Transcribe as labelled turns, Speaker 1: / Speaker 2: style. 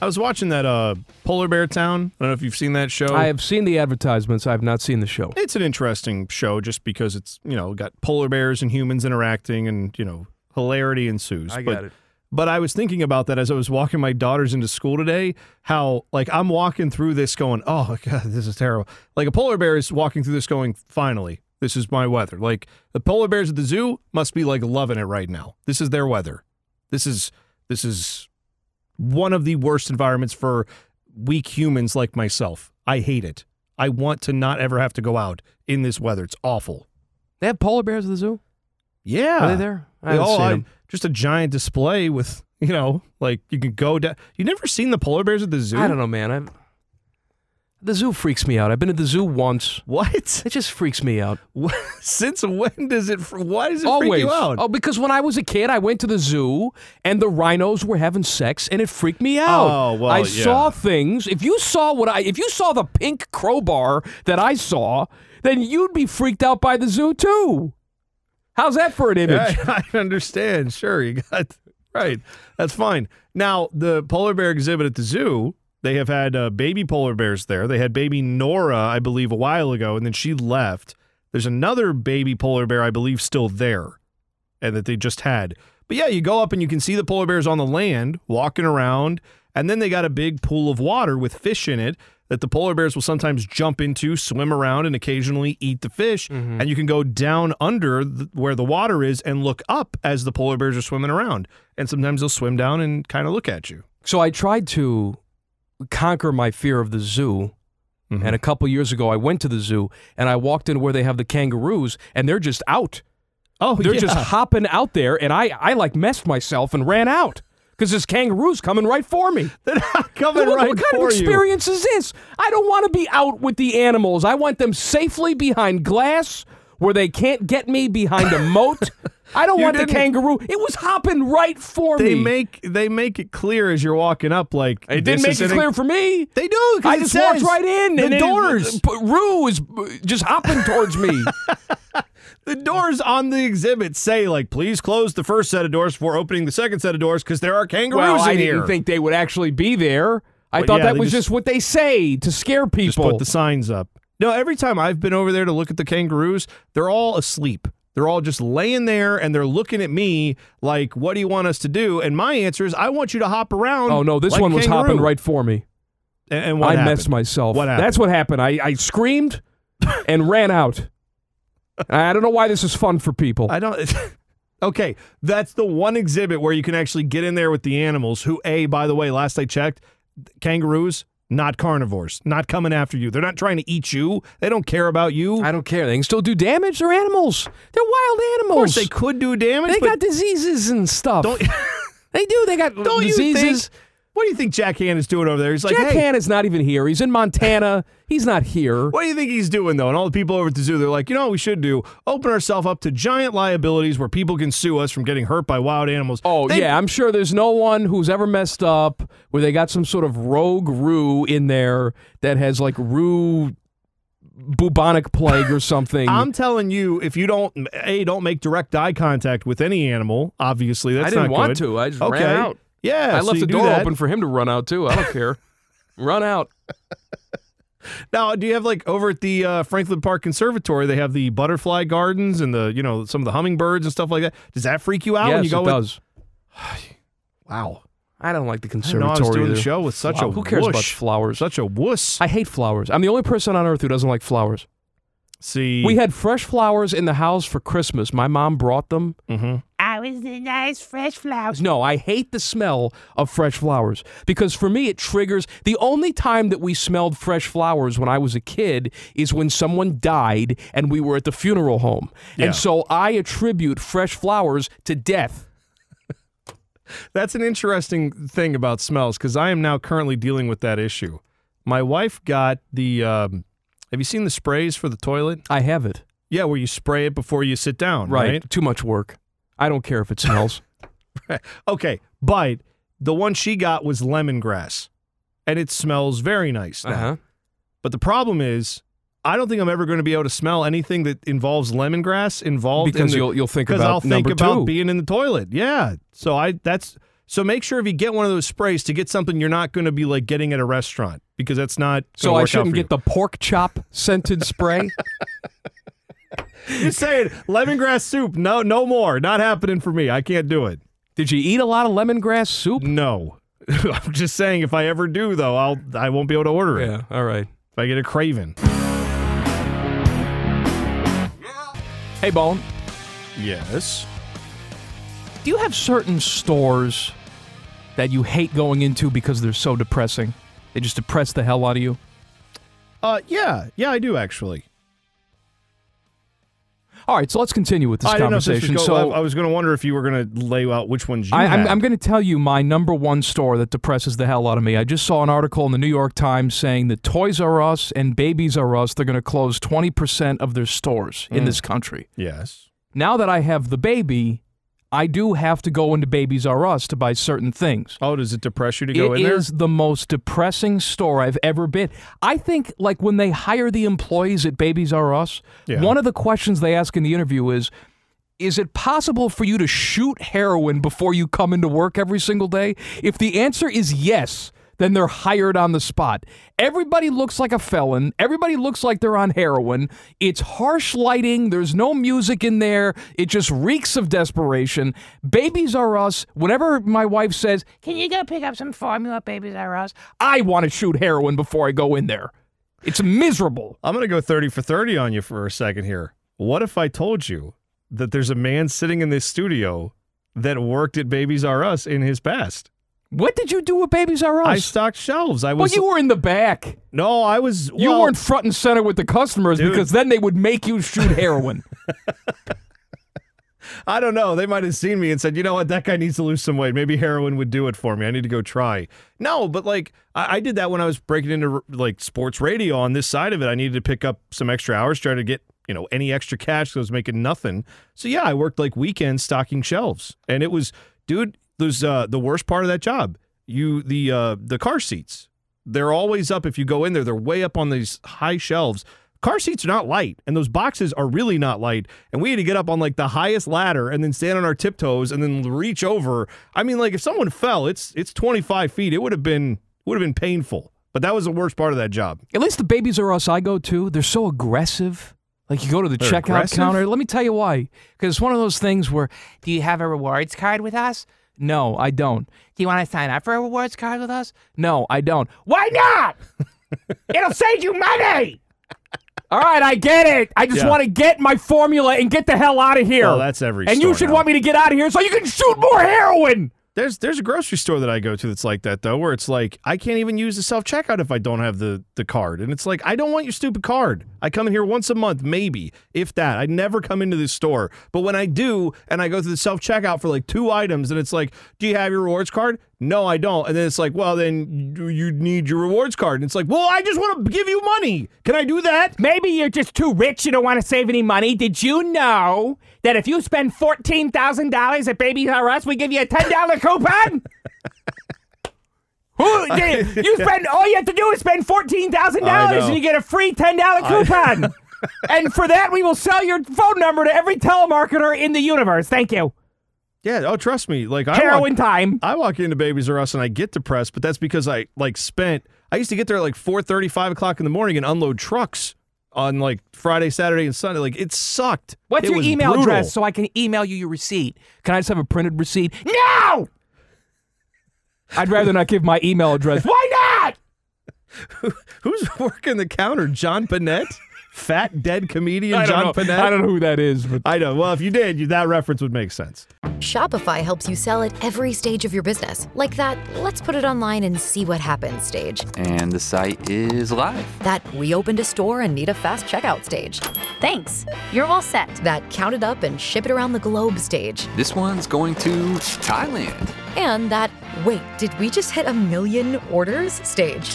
Speaker 1: I was watching that uh, Polar Bear Town. I don't know if you've seen that show.
Speaker 2: I have seen the advertisements. I have not seen the show.
Speaker 1: it's an interesting show just because it's you know got polar bears and humans interacting and you know hilarity ensues.
Speaker 2: I
Speaker 1: but,
Speaker 2: got it.
Speaker 1: But I was thinking about that as I was walking my daughters into school today. How like I'm walking through this going, oh god, this is terrible. Like a polar bear is walking through this going, finally, this is my weather. Like the polar bears at the zoo must be like loving it right now. This is their weather. This is this is one of the worst environments for weak humans like myself. I hate it. I want to not ever have to go out in this weather. It's awful.
Speaker 2: They have polar bears at the zoo.
Speaker 1: Yeah.
Speaker 2: Are they there? I haven't
Speaker 1: oh,
Speaker 2: seen
Speaker 1: I-
Speaker 2: 'em.
Speaker 1: just a giant display with, you know, like you can go down. You never seen the polar bears at the zoo?
Speaker 2: I don't know, man. I'm the zoo freaks me out. I've been to the zoo once.
Speaker 1: What?
Speaker 2: It just freaks me out.
Speaker 1: Since when does it? fr- Why does it freak
Speaker 2: Always.
Speaker 1: you out?
Speaker 2: Oh, because when I was a kid, I went to the zoo and the rhinos were having sex, and it freaked me out.
Speaker 1: Oh, well,
Speaker 2: I
Speaker 1: yeah.
Speaker 2: saw things. If you saw what I, if you saw the pink crowbar that I saw, then you'd be freaked out by the zoo too. How's that for an image?
Speaker 1: I, I understand. Sure, you got right. That's fine. Now the polar bear exhibit at the zoo. They have had uh, baby polar bears there. They had baby Nora, I believe, a while ago, and then she left. There's another baby polar bear, I believe, still there, and that they just had. But yeah, you go up and you can see the polar bears on the land walking around, and then they got a big pool of water with fish in it that the polar bears will sometimes jump into, swim around, and occasionally eat the fish.
Speaker 2: Mm-hmm.
Speaker 1: And you can go down under th- where the water is and look up as the polar bears are swimming around. And sometimes they'll swim down and kind of look at you.
Speaker 2: So I tried to conquer my fear of the zoo.
Speaker 1: Mm-hmm.
Speaker 2: And a couple years ago, I went to the zoo and I walked in where they have the kangaroos, and they're just out.
Speaker 1: Oh,
Speaker 2: They're just hopping out there, and I, I like messed myself and ran out because this kangaroo's coming right for me.
Speaker 1: coming
Speaker 2: what,
Speaker 1: right
Speaker 2: what kind
Speaker 1: for
Speaker 2: of
Speaker 1: you.
Speaker 2: experience is this? I don't want to be out with the animals. I want them safely behind glass where they can't get me behind a moat. I don't
Speaker 1: You
Speaker 2: want the
Speaker 1: didn't-
Speaker 2: kangaroo. It was hopping right for
Speaker 1: They
Speaker 2: me.
Speaker 1: make they make it clear as you're walking up, like
Speaker 2: it didn't
Speaker 1: this
Speaker 2: make
Speaker 1: is
Speaker 2: it
Speaker 1: an-
Speaker 2: clear for me.
Speaker 1: They do. 'cause
Speaker 2: I
Speaker 1: it
Speaker 2: just
Speaker 1: says
Speaker 2: walked right in.
Speaker 1: The
Speaker 2: and it-
Speaker 1: doors,
Speaker 2: p- Rue is uh, just hopping towards me.
Speaker 1: the doors on the exhibit say like, please close the first set of doors before opening the second set of doors because there are kangaroos
Speaker 2: well,
Speaker 1: in
Speaker 2: I
Speaker 1: here.
Speaker 2: didn't think they would actually be there. I
Speaker 1: Well,
Speaker 2: thought
Speaker 1: yeah,
Speaker 2: that
Speaker 1: they
Speaker 2: was
Speaker 1: just-
Speaker 2: just, what they say to scare
Speaker 1: just
Speaker 2: people.
Speaker 1: put the signs up. No, every time I've been over there to look at the kangaroos, they're all asleep. They're all just laying there and they're looking at me like, "What do you want us to do?" And my answer is, "I want you to hop around."
Speaker 2: oh no, this
Speaker 1: like
Speaker 2: one was
Speaker 1: kangaroo."
Speaker 2: hopping right for me.
Speaker 1: A- And, what
Speaker 2: I
Speaker 1: happened?
Speaker 2: messed myself.
Speaker 1: What happened?
Speaker 2: That's what happened. I, I screamed and ran out. I don't know why this is fun for people.
Speaker 1: I don't. okay, that's the one exhibit where you can actually get in there with the animals. Who, a by the way, last I checked, kangaroos not carnivores, not coming after you. They're not trying to eat you. They don't care about you.
Speaker 2: I don't care. They can still do damage. They're animals. They're wild animals.
Speaker 1: of course, they could do damage.
Speaker 2: They
Speaker 1: but
Speaker 2: got diseases and stuff.
Speaker 1: don't.
Speaker 2: they do. They got
Speaker 1: don't you
Speaker 2: diseases.
Speaker 1: think? What do you think Jack Han is doing over there? He's like,
Speaker 2: Jack
Speaker 1: hey,
Speaker 2: Han is not even here. He's in Montana. He's not here.
Speaker 1: What do you think he's doing though? And all the people over at the zoo, they're like, you know what we should do? Open ourselves up to giant liabilities where people can sue us from getting hurt by wild animals.
Speaker 2: Oh
Speaker 1: They-
Speaker 2: yeah, I'm sure there's no one who's ever messed up where they got some sort of rogue rue in there that has like rue bubonic plague or something.
Speaker 1: I'm telling you, if you don't a don't make direct eye contact with any animal, obviously that's
Speaker 2: I didn't
Speaker 1: not
Speaker 2: want
Speaker 1: good.
Speaker 2: to. I just
Speaker 1: okay.
Speaker 2: ran out.
Speaker 1: Yeah,
Speaker 2: I
Speaker 1: so
Speaker 2: left
Speaker 1: you
Speaker 2: the
Speaker 1: do
Speaker 2: door
Speaker 1: that.
Speaker 2: open for him to run out too. I don't care. run out.
Speaker 1: Now, do you have like over at the uh, Franklin Park Conservatory? They have the butterfly gardens and the you know some of the hummingbirds and stuff like that. Does that freak you out
Speaker 2: yes,
Speaker 1: when you go?
Speaker 2: it
Speaker 1: in-
Speaker 2: does.
Speaker 1: Wow,
Speaker 2: I don't like the
Speaker 1: I didn't know
Speaker 2: conservatory.
Speaker 1: I was doing the
Speaker 2: either.
Speaker 1: show with such
Speaker 2: Wow,
Speaker 1: a
Speaker 2: who cares about
Speaker 1: whoosh.
Speaker 2: flowers?
Speaker 1: such a wuss.
Speaker 2: I hate flowers. I'm the only person on earth who doesn't like flowers.
Speaker 1: See,
Speaker 2: We had fresh flowers in the house for Christmas. My mom brought them.
Speaker 3: I was the nice fresh flowers.
Speaker 2: flowers. No, I hate the smell of fresh flowers because for me it triggers the only time that we smelled fresh flowers when I was a kid is when someone died and we were at the funeral home.
Speaker 1: Yeah.
Speaker 2: And so I attribute fresh flowers to death.
Speaker 1: That's an interesting thing about smells because I am now currently dealing with that issue. My wife got the. Um, have you seen the sprays for the toilet?
Speaker 2: I have it.
Speaker 1: Yeah, where you spray it before you sit down. Right.
Speaker 2: Too much work. I don't care if it smells.
Speaker 1: Okay, but the one she got was lemongrass, and it smells very nice now.
Speaker 2: uh-huh.
Speaker 1: But the problem is, I don't think I'm ever going to be able to smell anything that involves lemongrass involved. in
Speaker 2: Because
Speaker 1: the-
Speaker 2: you'll you'll think
Speaker 1: because
Speaker 2: about
Speaker 1: I'll think
Speaker 2: number
Speaker 1: about
Speaker 2: two.
Speaker 1: being in the toilet. Yeah. So I that's So make sure if you get one of those sprays to get something you're not going to be like getting at a restaurant because that's not.
Speaker 2: So I shouldn't get the pork chop scented spray.
Speaker 1: the. You're saying lemongrass soup? No, no more. Not happening for me. I can't do it.
Speaker 2: Did you eat a lot of lemongrass soup?
Speaker 1: No. I'm just saying if I ever do though, I'll I won't be able to order it
Speaker 2: Yeah. All right.
Speaker 1: if I get a craving.
Speaker 2: Hey, Bone.
Speaker 1: Yes.
Speaker 2: Do you have certain stores that you hate going into because they're so depressing? They just depress the hell out of you.
Speaker 1: Uh, yeah, yeah, I do actually.
Speaker 2: All right, so let's continue with this
Speaker 1: I didn't know if this was
Speaker 2: conversation.
Speaker 1: go-
Speaker 2: so
Speaker 1: I, I was going to wonder if you were going to lay out which ones you.
Speaker 2: I, I'm,
Speaker 1: had.
Speaker 2: I'm going to tell you my number one store that depresses the hell out of me. I just saw an article in the New York Times saying that Toys R Us and Babies R Us they're going to close 20% of their stores
Speaker 1: Mm.
Speaker 2: in this country.
Speaker 1: Yes.
Speaker 2: Now that I have the baby, I do have to go into Babies R Us to buy certain things.
Speaker 1: Oh, does it depress you to
Speaker 2: It
Speaker 1: go in there?
Speaker 2: is the most depressing store I've ever been. I think like when they hire the employees at Babies R Us,
Speaker 1: Yeah.
Speaker 2: one of the questions they ask in the interview is is it possible for you to shoot heroin before you come into work every single day? If the answer is yes, then they're hired on the spot. Everybody looks like a felon. Everybody looks like they're on heroin. It's harsh lighting. There's no music in there. It just reeks of desperation. Babies are us. Whenever my wife says,
Speaker 3: Can you go pick up some formula, babies R Us?
Speaker 2: I want to shoot heroin before I go in there. It's miserable.
Speaker 1: I'm going to go 30 for 30 on you for a second here. What if I told you that there's a man sitting in this studio that worked at Babies R Us in his past?
Speaker 2: What did you do with Babies R
Speaker 1: I
Speaker 2: Us?
Speaker 1: stocked shelves. I
Speaker 2: well,
Speaker 1: was
Speaker 2: you were in the back.
Speaker 1: no, I was.
Speaker 2: You
Speaker 1: well,
Speaker 2: weren't front and center with the customers
Speaker 1: Dude.
Speaker 2: because then they would make you shoot heroin.
Speaker 1: I don't know. They might have seen me and said, you know what, that guy needs to lose some weight. Maybe heroin would do it for me. I need to go try. No, but like I, I did that when I was breaking into like sports radio on this side of it. I needed to pick up some extra hours, try to get you know any extra cash because I was making nothing. So yeah, I worked like weekends stocking shelves, and it was, dude, there's uh, the worst part of that job. You the uh, the car seats. They're always up if you go in there. They're way up on these high shelves. Car seats are not light, and those boxes are really not light. And we had to get up on like the highest ladder and then stand on our tiptoes and then reach over. I mean, like if someone fell, it's it's 25 feet. It would have been would have been painful. But that was the worst part of that job.
Speaker 2: At least the Babies R Us I go to, they're so aggressive. Like you go to the
Speaker 1: They're
Speaker 2: checkout
Speaker 1: aggressive?
Speaker 2: counter. Let me tell you why. Because it's one of those things where, do you have a rewards card with us? No, I don't.
Speaker 3: Do you want to sign up for a rewards card with us?
Speaker 2: No, I don't.
Speaker 3: Why not? It'll save you money.
Speaker 2: All right, I get it. I just
Speaker 1: Yeah.
Speaker 2: want to get my formula and get the hell out of here.
Speaker 1: Oh, that's every.
Speaker 2: and
Speaker 1: store
Speaker 2: you should
Speaker 1: now.
Speaker 2: want me to get out of here so you can shoot more heroin.
Speaker 1: There's there's a grocery store that I go to that's like that though, where it's like I can't even use the self checkout if I don't have the the card, and it's like I don't want your stupid card. I come in here once a month, maybe if that. I never come into this store, but when I do, and I go through the self checkout for like two items, and it's like, do you have your rewards card? No, I don't. And then it's like, well, then you- you need your rewards card, and it's like, well, I just want to give you money. Can I do that?
Speaker 3: Maybe you're just too rich. You don't want to save any money. Did you know that if you spend fourteen thousand dollars at Baby R Us, we give you a ten dollar coupon? Who, you spend all you have to do is spend fourteen thousand
Speaker 1: I
Speaker 3: dollars
Speaker 1: know.
Speaker 3: and you get a free ten dollar coupon. and for that, we will sell your phone number to every telemarketer in the universe. Thank you.
Speaker 1: Yeah. Oh, trust me. Like I walk-
Speaker 3: Heroin time.
Speaker 1: I walk into Babies R Us and I get depressed, but that's because I like spent. I used to get there at like 4:30, 5 o'clock in the morning and unload trucks on like Friday, Saturday, and Sunday. Like it sucked.
Speaker 2: What's
Speaker 1: It
Speaker 2: your
Speaker 1: was
Speaker 2: email
Speaker 1: brutal.
Speaker 2: address so I can email you your receipt? Can I just have a printed receipt?
Speaker 3: No.
Speaker 2: I'd rather not give my email address.
Speaker 3: Why not?
Speaker 1: Who's working the counter? John Panette, fat dead comedian
Speaker 2: I
Speaker 1: John
Speaker 2: don't, know.
Speaker 1: Panette.
Speaker 2: I don't know who that is, but
Speaker 1: I know. Well, if you did, you, that reference would make sense.
Speaker 4: Shopify helps you sell at every stage of your business. Like that, let's put it online and see what happens stage.
Speaker 5: And the site is live.
Speaker 4: That we opened a store and need a fast checkout stage.
Speaker 6: Thanks. You're all set.
Speaker 4: That count it up and ship it around the globe stage.
Speaker 5: This one's going to Thailand.
Speaker 4: And that, wait, did we just hit a million orders stage?